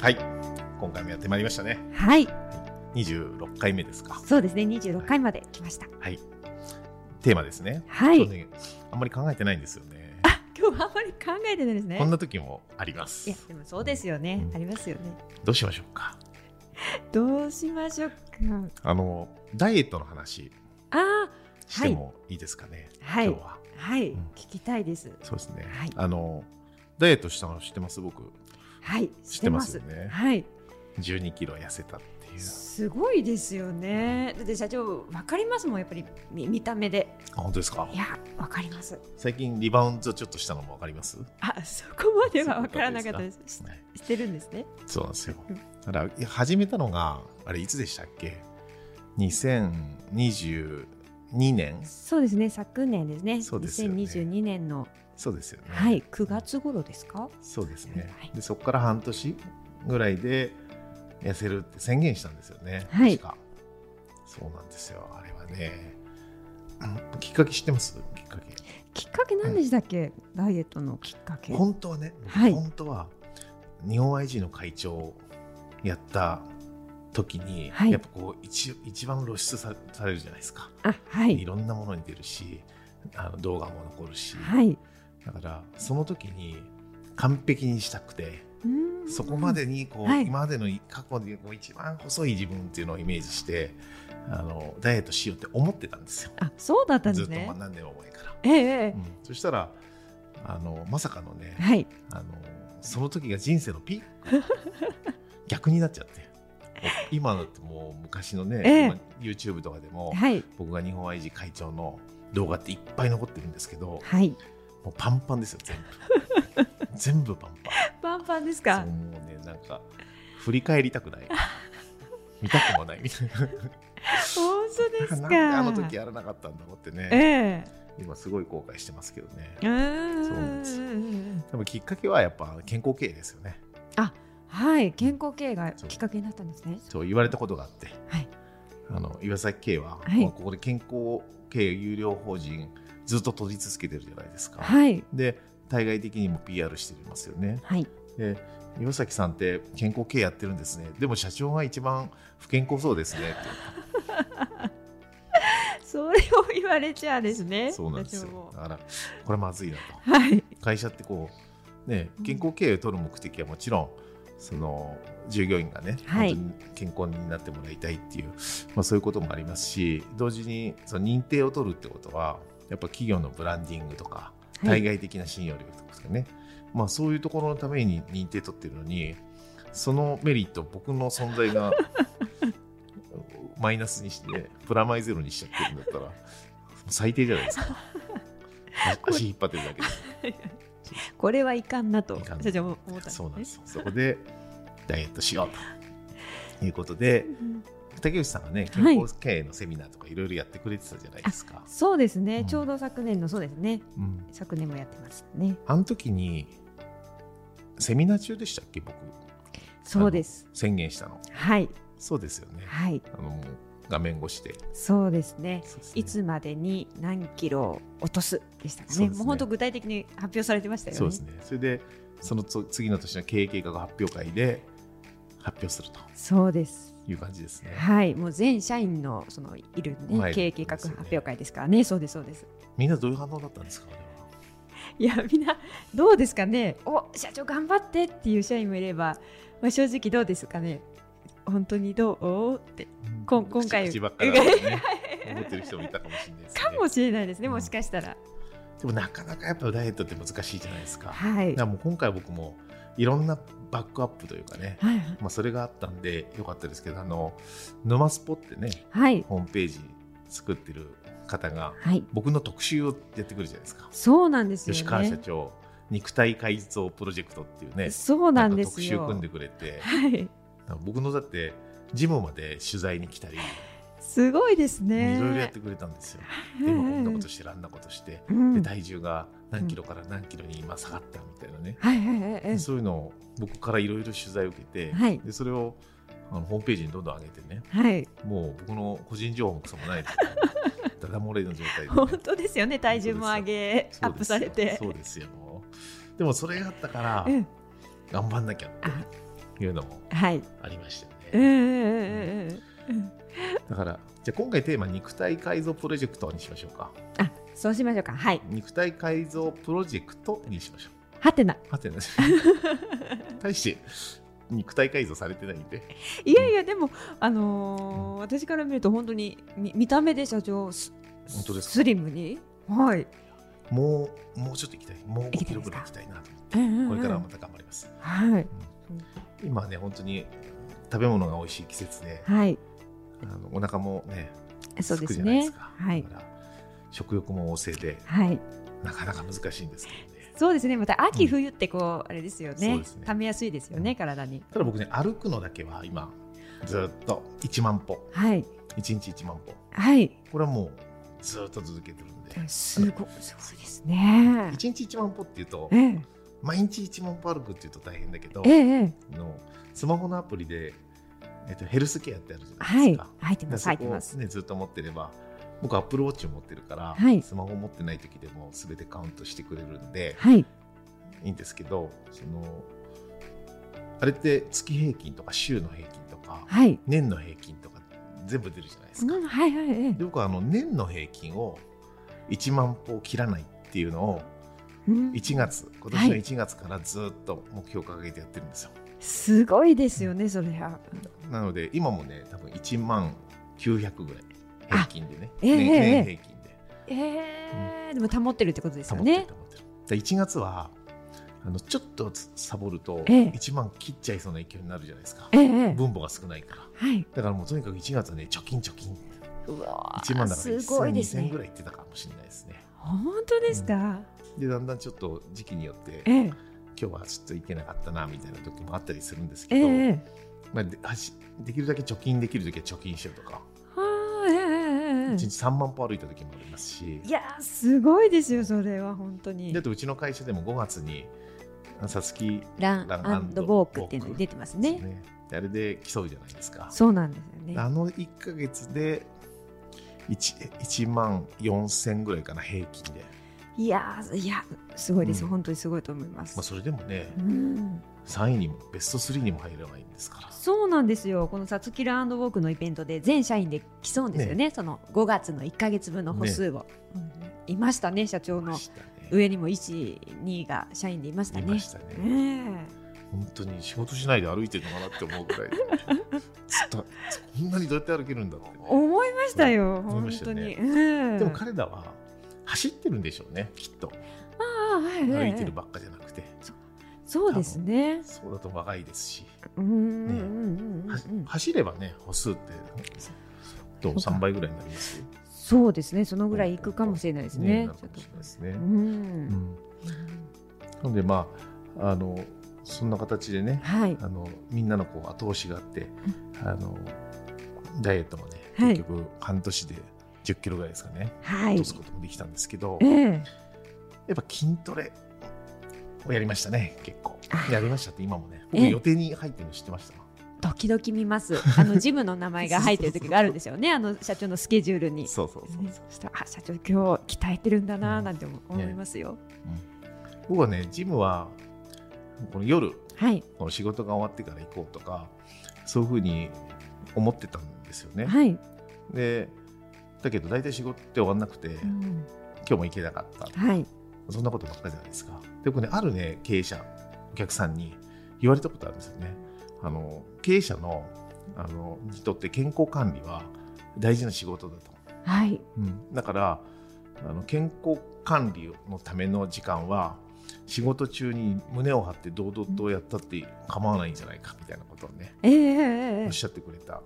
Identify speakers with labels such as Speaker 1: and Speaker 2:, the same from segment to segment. Speaker 1: はい今回もやってまいりましたね
Speaker 2: はい
Speaker 1: 26回目ですか
Speaker 2: そうですね26回まで来ました
Speaker 1: はいテーマですね
Speaker 2: は
Speaker 1: ちょっとねあんまり考えてないんですよね
Speaker 2: あ今日はあんまり考えてないですね
Speaker 1: こんな時もありま
Speaker 2: いや
Speaker 1: す
Speaker 2: でもそうですよね、
Speaker 1: うん
Speaker 2: ありますよね
Speaker 1: どうしましょうか
Speaker 2: どうしましょうか
Speaker 1: あのダイエットの話
Speaker 2: あ
Speaker 1: してもいいですかね、
Speaker 2: ーはい
Speaker 1: 今日は
Speaker 2: はい、
Speaker 1: うん
Speaker 2: 聞きたいです
Speaker 1: そうですね、
Speaker 2: はい
Speaker 1: あのダイエットしたの知ってます僕
Speaker 2: はい
Speaker 1: 知ってますよね
Speaker 2: はい
Speaker 1: 12キロ痩せたっていう
Speaker 2: すごいですよねだって社長わかりますもんやっぱり見見た目で
Speaker 1: あ本当ですか
Speaker 2: いやわかります
Speaker 1: 最近リバウンドちょっとしたのもわかります
Speaker 2: あそこまではわからなかったですし
Speaker 1: ね
Speaker 2: してるんですね
Speaker 1: そうなんですよ
Speaker 2: うん。
Speaker 1: だからいや始めたのが、あれいつでしたっけ ?2022 年
Speaker 2: そうですね昨年ですね
Speaker 1: そうですよね
Speaker 2: 2022年の
Speaker 1: そうですよね。
Speaker 2: はい9月頃ですか
Speaker 1: そうですね
Speaker 2: はい。
Speaker 1: で、そこから半年ぐらいで痩せるって宣言したんですよね。
Speaker 2: はい
Speaker 1: 確かそうなんですよ。あれはね。うんきっかけ知ってますきっかけ。
Speaker 2: きっかけ何でしたっけ、ダイエットのきっかけ
Speaker 1: 本当はね、
Speaker 2: はい
Speaker 1: 本当は日本 IG の会長をやった時に、
Speaker 2: はい
Speaker 1: やっぱこう一一番露出さされるじゃないですか。
Speaker 2: あはい
Speaker 1: ろんなものに出るしあの動画も残るし、
Speaker 2: はい
Speaker 1: だからその時に完璧にしたくて
Speaker 2: うーん
Speaker 1: そこまでにこう、
Speaker 2: はい
Speaker 1: 今までの過去でこう一番細い自分っていうのをイメージしてあのダイエットしようって思ってたんですよ
Speaker 2: あそうだったんで
Speaker 1: ずっ
Speaker 2: す
Speaker 1: と
Speaker 2: ね
Speaker 1: まあ何年も前から、
Speaker 2: えええ
Speaker 1: うんそしたらあのまさかのね
Speaker 2: えはい
Speaker 1: あのその時が人生のピーク 逆になっちゃって今だってもう昔のね、
Speaker 2: ええ
Speaker 1: 今 YouTube とかでも
Speaker 2: はい
Speaker 1: 僕が日本 IG 会長の動画っていっぱい残ってるんですけど
Speaker 2: はい
Speaker 1: もうパンパンですよ全部 全部パン
Speaker 2: パンパンです
Speaker 1: パン
Speaker 2: か
Speaker 1: そうもうねなんか振り返りたくない見たくもないみたいな
Speaker 2: 本当で
Speaker 1: な
Speaker 2: すか
Speaker 1: んであの時やらなかったんだろうって
Speaker 2: え
Speaker 1: ね
Speaker 2: え
Speaker 1: 今すごい後悔してますけどね
Speaker 2: うーん
Speaker 1: そうなんですでもきっかけはやっぱ健康経営ですよね
Speaker 2: はい、健康経営がきっかけになったんですね。
Speaker 1: そう言われたことがあって、
Speaker 2: はい
Speaker 1: あの岩崎経営は、
Speaker 2: はい
Speaker 1: まあここで健康経営有料法人ずっと取り続けてるじゃないですか、
Speaker 2: はい、
Speaker 1: で対外的にも PR してますよね
Speaker 2: はい、
Speaker 1: で岩崎さんって健康経営やってるんですねでも社長が一番不健康そうですねって
Speaker 2: それを言われちゃうですね。
Speaker 1: そうなんです
Speaker 2: 私も
Speaker 1: よだからこれまずいなと
Speaker 2: はい、
Speaker 1: 会社ってこう、ね、健康経営を取る目的はもちろんその従業員がね、
Speaker 2: はい
Speaker 1: 本当に健康になってもらいたいっていう、まあ、そういうこともありますし同時にその認定を取るってことはやっぱ企業のブランディングとか
Speaker 2: は
Speaker 1: 対
Speaker 2: い、
Speaker 1: 外的な信用力とかね、まあ、そういうところのために認定取ってるのにそのメリット僕の存在がマイナスにしてプラマイゼロにしちゃってるんだったら最低じゃないですか足足引っ張ってるだけで
Speaker 2: これはいかんなと
Speaker 1: いかんな
Speaker 2: 社長も思ったんです
Speaker 1: そうなんで。
Speaker 2: ね
Speaker 1: すよそこでダイエットしようということで
Speaker 2: うん
Speaker 1: 竹内さんがね
Speaker 2: はい
Speaker 1: 健康経営のセミナーとかいろいろやってくれてたじゃないですか、
Speaker 2: そうですね、
Speaker 1: うん
Speaker 2: ちょうど昨年のそうですね
Speaker 1: うん、
Speaker 2: 昨年もやってますね
Speaker 1: あの時にセミナー中でしたっけ僕
Speaker 2: そうです
Speaker 1: 宣言したの
Speaker 2: はい
Speaker 1: そうですよね
Speaker 2: はい
Speaker 1: あの画面越しで
Speaker 2: そうですね
Speaker 1: そうですね
Speaker 2: いつまでに何キロ落とすでしたか
Speaker 1: そう
Speaker 2: ね
Speaker 1: ですね
Speaker 2: もう本当具体的に発表されてましたよね
Speaker 1: そうですねそれでそのつ次の年の経営計画発表会で発表すると
Speaker 2: そうです
Speaker 1: いう感じですね
Speaker 2: はい、もう全社員のそのいる、ね
Speaker 1: はい
Speaker 2: 経営計画発表会ですからね、そうですそうです。
Speaker 1: みんなどういう反応だったんですかあれはい
Speaker 2: やみんなどうですかね。お社長頑張ってっていう社員もいれば、まあ正直どうですかね。本当にどうってこん今回
Speaker 1: 口口ばっかりだからね思ってる人もいたかもしれないですね
Speaker 2: かもしれないですね。
Speaker 1: うん
Speaker 2: もしかしたら、
Speaker 1: でもなかなかやっぱダイエットって難しいじゃないですか。だか
Speaker 2: はい、
Speaker 1: らもう今回僕もいろんなバックアップというかね、
Speaker 2: はい
Speaker 1: まあ、それがあったんでよかったですけど、あの、沼スポってね、
Speaker 2: はい
Speaker 1: ホームページ作ってる方が、
Speaker 2: はい
Speaker 1: 僕の特集をやってくるじゃないですか。
Speaker 2: そうなんですよね。
Speaker 1: 吉川社長、肉体改造プロジェクトっていうね
Speaker 2: そうなんですよ。
Speaker 1: か特集組んでくれて
Speaker 2: はい、
Speaker 1: なんか僕のだってジムまで取材に来たり、
Speaker 2: すごいですね。
Speaker 1: いろいろやってくれたんですよ。でもこんなことしてるあんなことして、
Speaker 2: うん
Speaker 1: で体重が何キロから何キロに今下がったみたいなね、
Speaker 2: はいはいはいはい
Speaker 1: そういうのを僕からいろいろ取材を受けて、
Speaker 2: はい
Speaker 1: でそれをあのホームページにどんどん上げてね
Speaker 2: はい。
Speaker 1: もう僕の個人情報もくそも ないですけどダダ漏れの状態でね、
Speaker 2: 本当ですよね。体重も上げ
Speaker 1: そうです
Speaker 2: アップされて。
Speaker 1: そうですよでもそれがあったから
Speaker 2: うん
Speaker 1: 頑張んなきゃっていうのも
Speaker 2: はい。
Speaker 1: ありました
Speaker 2: う
Speaker 1: よ
Speaker 2: ん
Speaker 1: ね、
Speaker 2: うんうんうん。
Speaker 1: だからじゃあ今回テーマ肉体改造プロジェクトにしましょうか
Speaker 2: あ、そうしましょうか。はい。
Speaker 1: 肉体改造プロジェクトにしましょう
Speaker 2: はてな。
Speaker 1: はてな 大して肉体改造されてないんで
Speaker 2: いやいやでもあのー私から見ると本当にみ見た目で社長す
Speaker 1: 本当ですか
Speaker 2: スリムに。はい。
Speaker 1: もうもうちょっと行きたいもう
Speaker 2: 行き
Speaker 1: 5
Speaker 2: た
Speaker 1: キ
Speaker 2: い
Speaker 1: ロ
Speaker 2: で
Speaker 1: ぐ
Speaker 2: すから
Speaker 1: い行きたいなと思って
Speaker 2: こ
Speaker 1: これ
Speaker 2: れ
Speaker 1: からまた頑張ります
Speaker 2: はい。
Speaker 1: 今ね本当に食べ物が美味しい季節で
Speaker 2: はい。
Speaker 1: あのお腹もね
Speaker 2: そう
Speaker 1: 空く
Speaker 2: です
Speaker 1: じゃないで
Speaker 2: ね
Speaker 1: す。か
Speaker 2: はい
Speaker 1: だ。から食欲も旺盛で
Speaker 2: はい。
Speaker 1: なかなか難しいんですけどね
Speaker 2: そうですね。また
Speaker 1: う
Speaker 2: 秋
Speaker 1: ん
Speaker 2: 冬ってこうあれですよ
Speaker 1: そう
Speaker 2: ね
Speaker 1: ですね。
Speaker 2: ためやすいですよね体に。
Speaker 1: ただ僕ね歩くのだけは今ずっと1万歩
Speaker 2: はい
Speaker 1: 1日1万歩
Speaker 2: はい。
Speaker 1: これはもうずっと続けてるんで1
Speaker 2: すごすごいですね。
Speaker 1: 日1万歩っていうと
Speaker 2: ええ
Speaker 1: 毎日1万歩歩くっていうと大変だけど
Speaker 2: ええええ
Speaker 1: のスマホのアプリで、えっと、ヘルスケアってあるじゃな
Speaker 2: はい
Speaker 1: で
Speaker 2: い
Speaker 1: すか、
Speaker 2: 入って
Speaker 1: で
Speaker 2: ます
Speaker 1: そ
Speaker 2: 入っ
Speaker 1: こ
Speaker 2: て
Speaker 1: を、
Speaker 2: ます。
Speaker 1: ね、ずっと持ってれば僕アップルウォッチを持ってるから、
Speaker 2: はい
Speaker 1: スマホ持ってない時でも全てカウントしてくれるんで
Speaker 2: はい
Speaker 1: いいんですけどそのあれって月平均とか週の平均とか
Speaker 2: はい。
Speaker 1: 年の平均とか全部出るじゃないです
Speaker 2: う
Speaker 1: か。
Speaker 2: んはいはいええ
Speaker 1: で僕はあの年の平均を1万歩を切らないっていうのを
Speaker 2: うん
Speaker 1: 1月今年の1月からずっと目標を掲げてやってるんですよ。
Speaker 2: すごいですよねそれは。
Speaker 1: なので今もね多分1万900ぐらい平均でね、
Speaker 2: ええ
Speaker 1: 年
Speaker 2: ええ
Speaker 1: 年平均で。
Speaker 2: ええでも保ってるってことですよね。
Speaker 1: 保ってる保ってる1月はあのちょっとサボると
Speaker 2: ええ
Speaker 1: 1万切っちゃいそうな勢いになるじゃないですか、
Speaker 2: ええええ
Speaker 1: 分母が少ないから
Speaker 2: はい。
Speaker 1: だからもうとにかく1月はね貯金貯金
Speaker 2: うわー
Speaker 1: 1万だから
Speaker 2: すごいです
Speaker 1: 1000
Speaker 2: ね
Speaker 1: ぐ。らいいってたかもしれないですね
Speaker 2: 本当ですか。
Speaker 1: でだんだんちょっと時期によって
Speaker 2: ええ
Speaker 1: 今日はちょっと行けなかったなみたいな時もあったりするんですけ
Speaker 2: え
Speaker 1: ど、
Speaker 2: ええ
Speaker 1: まあ、ではしできるだけ貯金できる時は貯金しようとか、
Speaker 2: えはあえええええ
Speaker 1: 1日3万歩歩いた時もありますし
Speaker 2: えいやーすごいですよそれは本当に
Speaker 1: であ。とうちの会社でも5月にさつき
Speaker 2: ラン
Speaker 1: ラン
Speaker 2: アンドウォークっていうのに出てます
Speaker 1: です
Speaker 2: ね。
Speaker 1: ねであれで競うじゃないですか
Speaker 2: そうなんですよね。
Speaker 1: あの1か月で 1, 1万4000ぐらいかな平均で、
Speaker 2: いやーいやすごいです、
Speaker 1: うん
Speaker 2: 本当にすごいと思います。
Speaker 1: まあ、それでもね
Speaker 2: うん
Speaker 1: 3位にもベスト3にも入らないんですから
Speaker 2: そうなんですよ、このさつきランドウォークのイベントで全社員で競うんですよね、その5月の1か月分の歩数を、うんいましたね、社長
Speaker 1: いま
Speaker 2: の
Speaker 1: したね
Speaker 2: 上にも1、2位が社員でいました
Speaker 1: い
Speaker 2: ね
Speaker 1: ま。したね
Speaker 2: ね
Speaker 1: 本当に仕事しないで歩いてるのかなって思うぐらい つったこんなにどうやって歩けるんだろ
Speaker 2: え
Speaker 1: うね
Speaker 2: 思いましたよ、
Speaker 1: 思いま
Speaker 2: 本
Speaker 1: した
Speaker 2: 当
Speaker 1: よ
Speaker 2: に。
Speaker 1: ね
Speaker 2: うん
Speaker 1: でも彼らは走ってるんでしょうねきっと
Speaker 2: ああはいは
Speaker 1: 歩
Speaker 2: い
Speaker 1: いてるばっかじゃなくて
Speaker 2: そうですね。
Speaker 1: そうだと若いですし
Speaker 2: うんうんうんうん
Speaker 1: は
Speaker 2: うん
Speaker 1: 走ればね歩数ってどう
Speaker 2: そうか
Speaker 1: 3倍ぐらいになりますよ
Speaker 2: そうですね、そのぐらいいくかもしれないですね。
Speaker 1: なる
Speaker 2: ち
Speaker 1: か
Speaker 2: ょっ
Speaker 1: も
Speaker 2: と
Speaker 1: しれないですね、
Speaker 2: うん
Speaker 1: うんなのでまああのそんな形でね
Speaker 2: はい、
Speaker 1: あのみんなのこう後押しがあってあのダイエットもね
Speaker 2: はい
Speaker 1: 結局半年で1 0キロぐらいですかね
Speaker 2: は
Speaker 1: 落
Speaker 2: い
Speaker 1: と。すこともできたんですけど、
Speaker 2: え
Speaker 1: や
Speaker 2: え
Speaker 1: っぱ筋トレをやりましたね結構
Speaker 2: あ
Speaker 1: やりましたって今もね
Speaker 2: え
Speaker 1: 僕
Speaker 2: え
Speaker 1: 予定に入ってるの知ってました
Speaker 2: 時々 見ます。あのジムの名前が入ってる時があるんですよね。あの社長のスケジュールに。
Speaker 1: そうそうそう
Speaker 2: ねそしたらあ社長今日鍛えてるんだな
Speaker 1: う
Speaker 2: ー
Speaker 1: ん
Speaker 2: なんて思思いますよ。
Speaker 1: 僕はねジムはこの夜
Speaker 2: はい
Speaker 1: この仕事が終わってから行こうとかそういうふうに思ってたんですよね、
Speaker 2: はい。
Speaker 1: でだけど大体仕事って終わんなくて、今
Speaker 2: うん
Speaker 1: 日も行けなかった
Speaker 2: はい。
Speaker 1: そんなことばっかりじゃないですかで僕ねあるね経営者お客さんに言われたことあるんですよねあの経営者のあのにとって健康管理は大事な仕事だと、
Speaker 2: はい。
Speaker 1: だからあの健康管理のための時間は仕事中に胸を張って堂々とやったって構わないんじゃないかみたいなことをね
Speaker 2: えええええ
Speaker 1: お
Speaker 2: え
Speaker 1: っしゃってくれた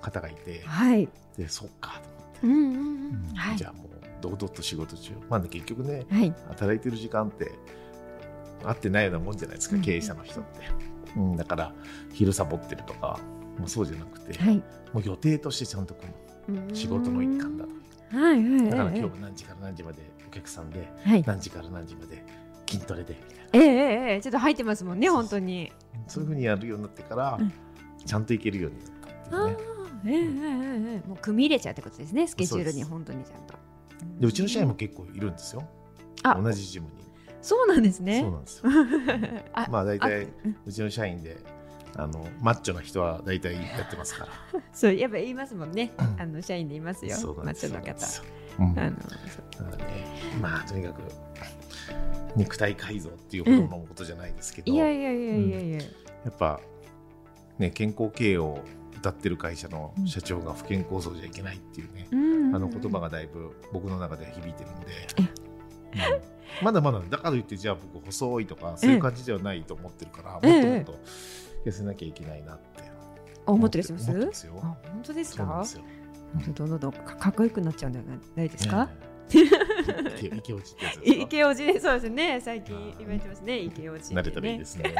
Speaker 1: 方がいて
Speaker 2: はい。
Speaker 1: でそっかと思って
Speaker 2: うんうんうん。はい
Speaker 1: じゃ。あもう堂々と仕事中まあね結局ね
Speaker 2: はい。
Speaker 1: 働いてる時間って合ってないようなもんじゃないですか、
Speaker 2: うん
Speaker 1: 経営者の人って、うん、だから昼サボってるとかもうそうじゃなくて、
Speaker 2: はい。
Speaker 1: もう予定としてちゃんとこの仕事の一環だと
Speaker 2: はいはいはい
Speaker 1: だから今日は何時から何時までお客さんで
Speaker 2: はい。
Speaker 1: 何時から何時まで筋トレでみたいな
Speaker 2: ええええええちょっと入ってますもんね
Speaker 1: そうそう
Speaker 2: 本当に。
Speaker 1: そういうふうにやるようになってから、
Speaker 2: うん
Speaker 1: ちゃんといけるようになったっていう
Speaker 2: あ
Speaker 1: ね
Speaker 2: あええええええもう組み入れちゃうってことですねスケジュール
Speaker 1: そう
Speaker 2: に
Speaker 1: です
Speaker 2: 本当にちゃんと。
Speaker 1: でうちの社員も結構いるんですよ
Speaker 2: あ
Speaker 1: 同じジムに、
Speaker 2: そうなんですね
Speaker 1: そう。なんですよ
Speaker 2: あ
Speaker 1: まあ大
Speaker 2: あ
Speaker 1: 体うちの社員であのマッチョな人は大体やってますから
Speaker 2: そうやっぱ言いますもんね
Speaker 1: う。ん
Speaker 2: あの社員でいますよ。
Speaker 1: そうなんです
Speaker 2: マッチョの方。
Speaker 1: そうな
Speaker 2: あ
Speaker 1: ん
Speaker 2: の
Speaker 1: ですようんなのでまあとにかく肉体改造っていうほどのことじゃないですけど、
Speaker 2: いや
Speaker 1: や
Speaker 2: いやいやいやいや。
Speaker 1: っぱね健康経営を歌ってる会社の社長が不健康そうじゃいけないっていうね、
Speaker 2: うん
Speaker 1: あの言葉
Speaker 2: が。
Speaker 1: がだいぶ僕の中で響いてるんで
Speaker 2: え、
Speaker 1: うんまだまだだからといってじゃあ僕細いとかそういう感じではないと思ってるから、
Speaker 2: ええ
Speaker 1: もっともっと痩せなきゃいけないなって
Speaker 2: あ思ってらっしゃいます。
Speaker 1: 思ってますよ
Speaker 2: あ本当です
Speaker 1: そうなん
Speaker 2: か
Speaker 1: で。すよ
Speaker 2: どんどんどんかかっこよくなっちゃうんじゃないですか。
Speaker 1: いけいけ落ちってやつですか
Speaker 2: イケオジね、そうですね、最近
Speaker 1: はい
Speaker 2: 言われてますね、イケオジ、ね。
Speaker 1: 慣れたらいいです ね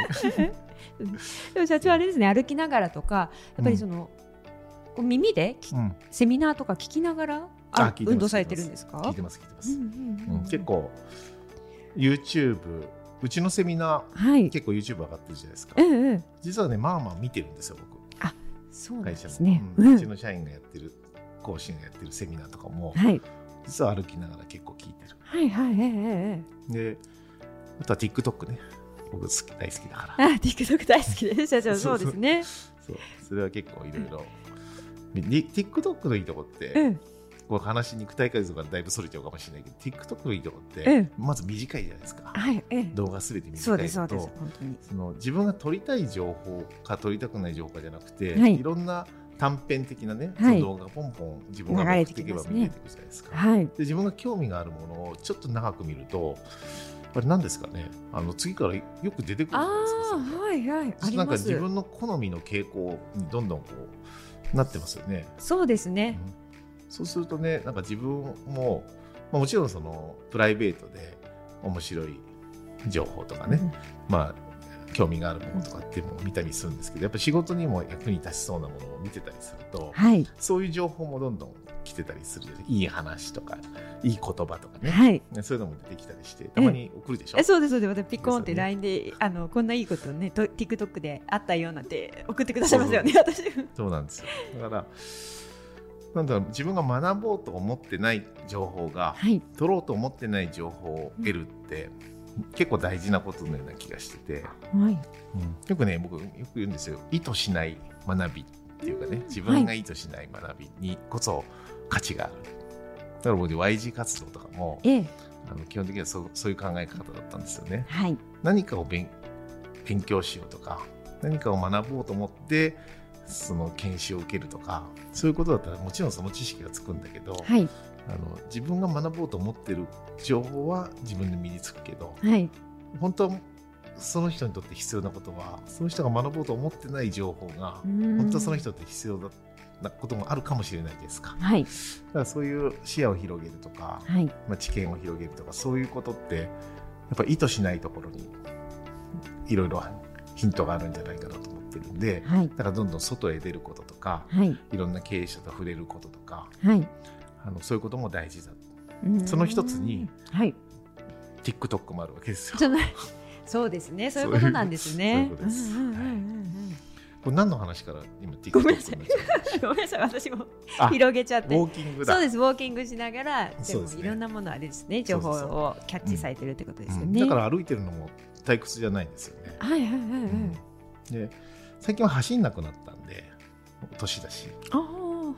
Speaker 2: でも社長あれですね、歩きながらとか、やっぱりその。こう耳で、き
Speaker 1: うん
Speaker 2: セミナーとか聞きながら、
Speaker 1: あ
Speaker 2: あ
Speaker 1: 聞いてます
Speaker 2: 運動されてるんですか。
Speaker 1: 聞いてます聞いてま
Speaker 2: う
Speaker 1: す、
Speaker 2: んうん
Speaker 1: う
Speaker 2: うん
Speaker 1: ん結。構 YouTube うちのセミナ
Speaker 2: はい
Speaker 1: ー。結構 YouTube 上がってるじゃないですか
Speaker 2: ええええ、
Speaker 1: 実はねまあまあ見てるんですよ僕
Speaker 2: そうなんで
Speaker 1: 会社の
Speaker 2: すね。
Speaker 1: う
Speaker 2: うん
Speaker 1: うんちの社員がやってる講師がやってるセミナーとかも
Speaker 2: はい。
Speaker 1: 実は歩きながら結構聞いて
Speaker 2: はいはい、ええええ
Speaker 1: るであとは TikTok ね僕好き大好きだか
Speaker 2: ええ。
Speaker 1: ら
Speaker 2: あ、TikTok 大好きです、社長、そ
Speaker 1: そうう
Speaker 2: で
Speaker 1: そう
Speaker 2: すね。
Speaker 1: そうそれは結構いろいろで TikTok のいいとこって、
Speaker 2: うん、
Speaker 1: こう話肉体改造がだいぶそれちゃうかもしれないけど TikTok のいいとこって、
Speaker 2: うん
Speaker 1: まず短いじゃないですか、
Speaker 2: はい、ええ。
Speaker 1: 動画すべて
Speaker 2: そう
Speaker 1: 短
Speaker 2: で
Speaker 1: い
Speaker 2: す、そうです、
Speaker 1: と
Speaker 2: 本当に。
Speaker 1: その自分が撮りたい情報か撮りたくない情報かじゃなくて、
Speaker 2: はい
Speaker 1: い、ろんな短編的なね、
Speaker 2: はい
Speaker 1: その動画がポンポン自分が
Speaker 2: 流れ
Speaker 1: 見
Speaker 2: て
Speaker 1: て
Speaker 2: き
Speaker 1: いけ
Speaker 2: ま
Speaker 1: ば
Speaker 2: すね
Speaker 1: 見えてくるじゃないですか。
Speaker 2: はい。
Speaker 1: で自分が興味があるものをちょっと長く見るとこれ何ですかねあの次からよく出てくるじゃ
Speaker 2: あ
Speaker 1: ないですかそれ
Speaker 2: あ、はいはい。あり
Speaker 1: なんか
Speaker 2: ます
Speaker 1: 自。分の好みの傾向にどんどんこうなってますよね。
Speaker 2: そうですね。
Speaker 1: そうするとねなんか自分も、まあ、もちろんそのプライベートで面白い情報とかね、まあ興味があるものとかっていうのを見たりするんですけどやっぱ仕事にも役に立ちそうなものを見てたりすると
Speaker 2: はい。
Speaker 1: そういう情報もどんどん来てたりするよねいい話とかいい言葉とかね、
Speaker 2: はい。
Speaker 1: ねそういうのも出てきたりしてたまに送るでしょ
Speaker 2: え、。そうですそうです。またピコーンって
Speaker 1: ですよね
Speaker 2: LINE で、あのこんないいことね、と TikTok であったようなんて送ってくださいますよね。私。
Speaker 1: そうなんですよだからなんだろう自分が学ぼうと思ってない情報が
Speaker 2: はい。
Speaker 1: 取ろうと思ってない情報を得るって、結構大事なことのような気がしてて、
Speaker 2: はい。
Speaker 1: よくね僕よく言うんですよ意図しない学びっていうかね
Speaker 2: うん
Speaker 1: 自分が意図しない学びにこそ価値がある。だから僕 YG 活動とかも
Speaker 2: ええ。
Speaker 1: あの基本的にはそうそういう考え方だったんですよね。
Speaker 2: はい。
Speaker 1: 何かを勉勉強しようとか何かを学ぼうと思ってその研修を受けるとかそういうことだったらもちろんその知識がつくんだけど、
Speaker 2: はい。
Speaker 1: あの自分が学ぼうと思ってる情報は自分で身につくけど
Speaker 2: はい。
Speaker 1: 本当はその人にとって必要なことはその人が学ぼうと思ってない情報が本
Speaker 2: 本
Speaker 1: 当はその。人って必要だなこともあるかもしれないですかだ
Speaker 2: はい。
Speaker 1: からそういう視野を広げるとか、
Speaker 2: はい。
Speaker 1: まあ、知見を広げるとかそういうことってやっぱ意図しないところにいろいろヒントがあるんじゃないかなと思ってるんで
Speaker 2: はい。
Speaker 1: だからどんどん外へ出ることとか
Speaker 2: はい。
Speaker 1: いろんな経営者と触れることとか
Speaker 2: はい。
Speaker 1: あのそういうことも大事だ
Speaker 2: うん
Speaker 1: その一つに。
Speaker 2: はい。
Speaker 1: TikTok もあるわけですよ。
Speaker 2: じゃない。 そうですね。そういうことなんですね。
Speaker 1: そういうそういうことです
Speaker 2: んうんうんうんうん
Speaker 1: これ何の話から今 TikTok
Speaker 2: ごめんなさい
Speaker 1: になっちゃう
Speaker 2: ごめんなさい。私も
Speaker 1: あ
Speaker 2: 広げちゃって。
Speaker 1: ウォーキングだ
Speaker 2: そうですウォーキングしながらで
Speaker 1: そう
Speaker 2: も
Speaker 1: ですね
Speaker 2: いろんなものあれですね情報
Speaker 1: そうそう
Speaker 2: をキャッチされてるってことですよ
Speaker 1: うん
Speaker 2: ね。
Speaker 1: だから歩いてるのも退屈じゃないんですよね、
Speaker 2: はいはいはいはい。
Speaker 1: うんで最近は走んなくなったんで年だし、
Speaker 2: ああ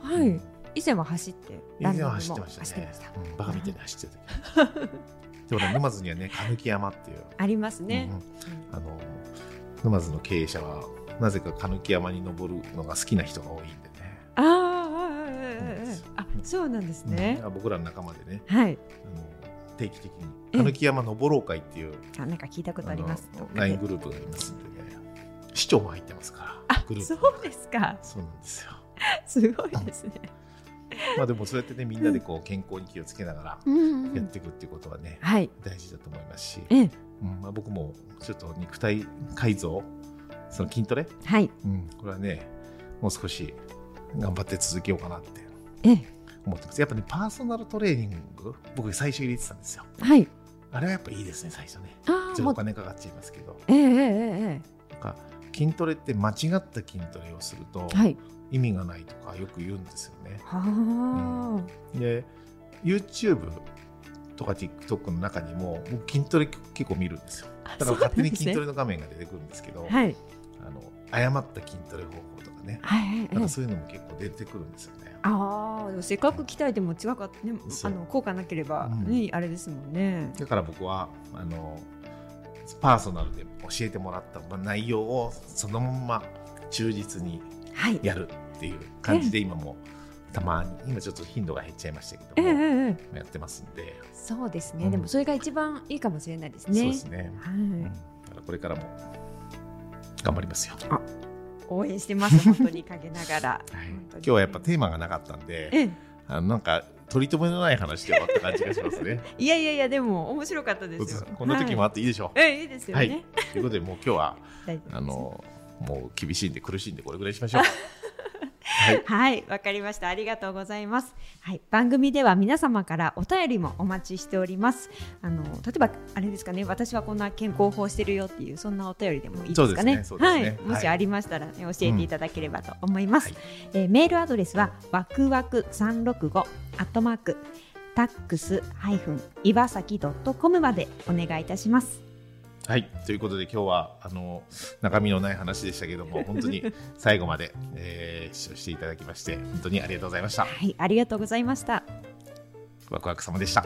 Speaker 2: は
Speaker 1: うん
Speaker 2: い。以前は走って
Speaker 1: 以前は走ってました
Speaker 2: ランニン
Speaker 1: ね
Speaker 2: グも走ってました
Speaker 1: うんバカみたいに走ってた でもね沼津にはね狸山っていう、
Speaker 2: ありますね。
Speaker 1: うんあの沼津の経営者はなぜか狸山に登るのが好きな人が多いんでね
Speaker 2: あああ
Speaker 1: そうなんですよ
Speaker 2: あああそうなんですね
Speaker 1: う。ん僕らの仲間でね
Speaker 2: はい。
Speaker 1: あの定期的に
Speaker 2: ええ
Speaker 1: 狸山登ろう会っていう
Speaker 2: あなんか聞いたことあります。
Speaker 1: あ
Speaker 2: ど
Speaker 1: の
Speaker 2: っかで
Speaker 1: LINE グループがありますんでね市長も入ってますから
Speaker 2: あ
Speaker 1: グルー
Speaker 2: そ
Speaker 1: プ
Speaker 2: うですか。
Speaker 1: そうなんですよ
Speaker 2: すごいですね。
Speaker 1: まあでもそうやってねみんなでこう健康に気をつけながら
Speaker 2: うんうんうん
Speaker 1: やっていくっていうことはね
Speaker 2: はい。
Speaker 1: 大事だと思いますし、
Speaker 2: ええ、
Speaker 1: うんまあ、僕もちょっと肉体改造その筋トレ、
Speaker 2: はい。
Speaker 1: うん、これはねもう少し頑張って続けようかなって
Speaker 2: ええ、
Speaker 1: 思ってますやっぱねパーソナルトレーニング僕最初入れてたんですよ
Speaker 2: はい。
Speaker 1: あれはやっぱいいですね最初ね
Speaker 2: あ
Speaker 1: ち
Speaker 2: あ、
Speaker 1: ょっと
Speaker 2: も
Speaker 1: お
Speaker 2: う、
Speaker 1: 金かかっちゃいますけど
Speaker 2: ええ、ええ、え
Speaker 1: なんか筋トレって間違った筋トレをすると
Speaker 2: え、はい。
Speaker 1: 意味がないとかよく言うんですよね、
Speaker 2: は
Speaker 1: で YouTube とか TikTok の中にも僕筋トレ結構見るんですよ
Speaker 2: あ。
Speaker 1: だか
Speaker 2: そ
Speaker 1: ら
Speaker 2: うなん
Speaker 1: 勝手に
Speaker 2: です
Speaker 1: 筋
Speaker 2: ね
Speaker 1: トレの画面が出てくるんですけど
Speaker 2: あ。はい。
Speaker 1: あの誤った筋トレ方法とかね
Speaker 2: はい。ええ
Speaker 1: なんかそういうのも結構出てくるんですよね。
Speaker 2: ああ、せっかく鍛えても違かったね。
Speaker 1: そ
Speaker 2: あ
Speaker 1: う
Speaker 2: の効果なければ、
Speaker 1: うん
Speaker 2: ね、あれですもんね。
Speaker 1: だから僕はあのパーソナルで教えてもらった内容をそのまま忠実に
Speaker 2: はい。
Speaker 1: やるっていう感じで今もたまに今ちょっと頻度が減っちゃいましたけ
Speaker 2: え
Speaker 1: ど
Speaker 2: え、
Speaker 1: も
Speaker 2: ええ、
Speaker 1: やってますんで
Speaker 2: そうですね。
Speaker 1: うん
Speaker 2: でもそれが一番いいかもしれないです
Speaker 1: そうで
Speaker 2: ね。
Speaker 1: すね。うんだ
Speaker 2: は
Speaker 1: からこれからも頑張りますよ。
Speaker 2: い。応援し てます。本当に陰ながら。
Speaker 1: はい
Speaker 2: 本当
Speaker 1: 今
Speaker 2: に
Speaker 1: 日はやっぱテーマがなかったんで、
Speaker 2: ええ、
Speaker 1: あのなんか取り留めのない話で終わった感じがしますね。
Speaker 2: いやいやいや、 でも面白かったですよ。
Speaker 1: こんな時もあっていいでしょう。
Speaker 2: はい。ええ、いいですよ
Speaker 1: はい、
Speaker 2: ね。
Speaker 1: ということでもう今日は
Speaker 2: 大丈夫です
Speaker 1: あのもう厳しいんで苦しいんでこれぐらいしましょう。はい、
Speaker 2: はい、わかりました。ありがとうございます。はい、番組では皆様からお便りもお待ちしております。あの、例えば、あれですかね、私はこんな健康法してるよっていう、そんなお便りでもいいですかね。
Speaker 1: そうですねそうですね
Speaker 2: はい、もしありましたらね、教えていただければと思います。
Speaker 1: うんは
Speaker 2: えーメールアドレスは、わくわく三六五アットマーク。タックスハイフン岩崎ドットコムまでお願いいたします。
Speaker 1: はい、ということで今日はあの中身のない話でしたけども本当に最後まで、えー、視聴していただきまして本当にありがとうございました
Speaker 2: は。い、ありがとうございました。
Speaker 1: ワクワク様でした。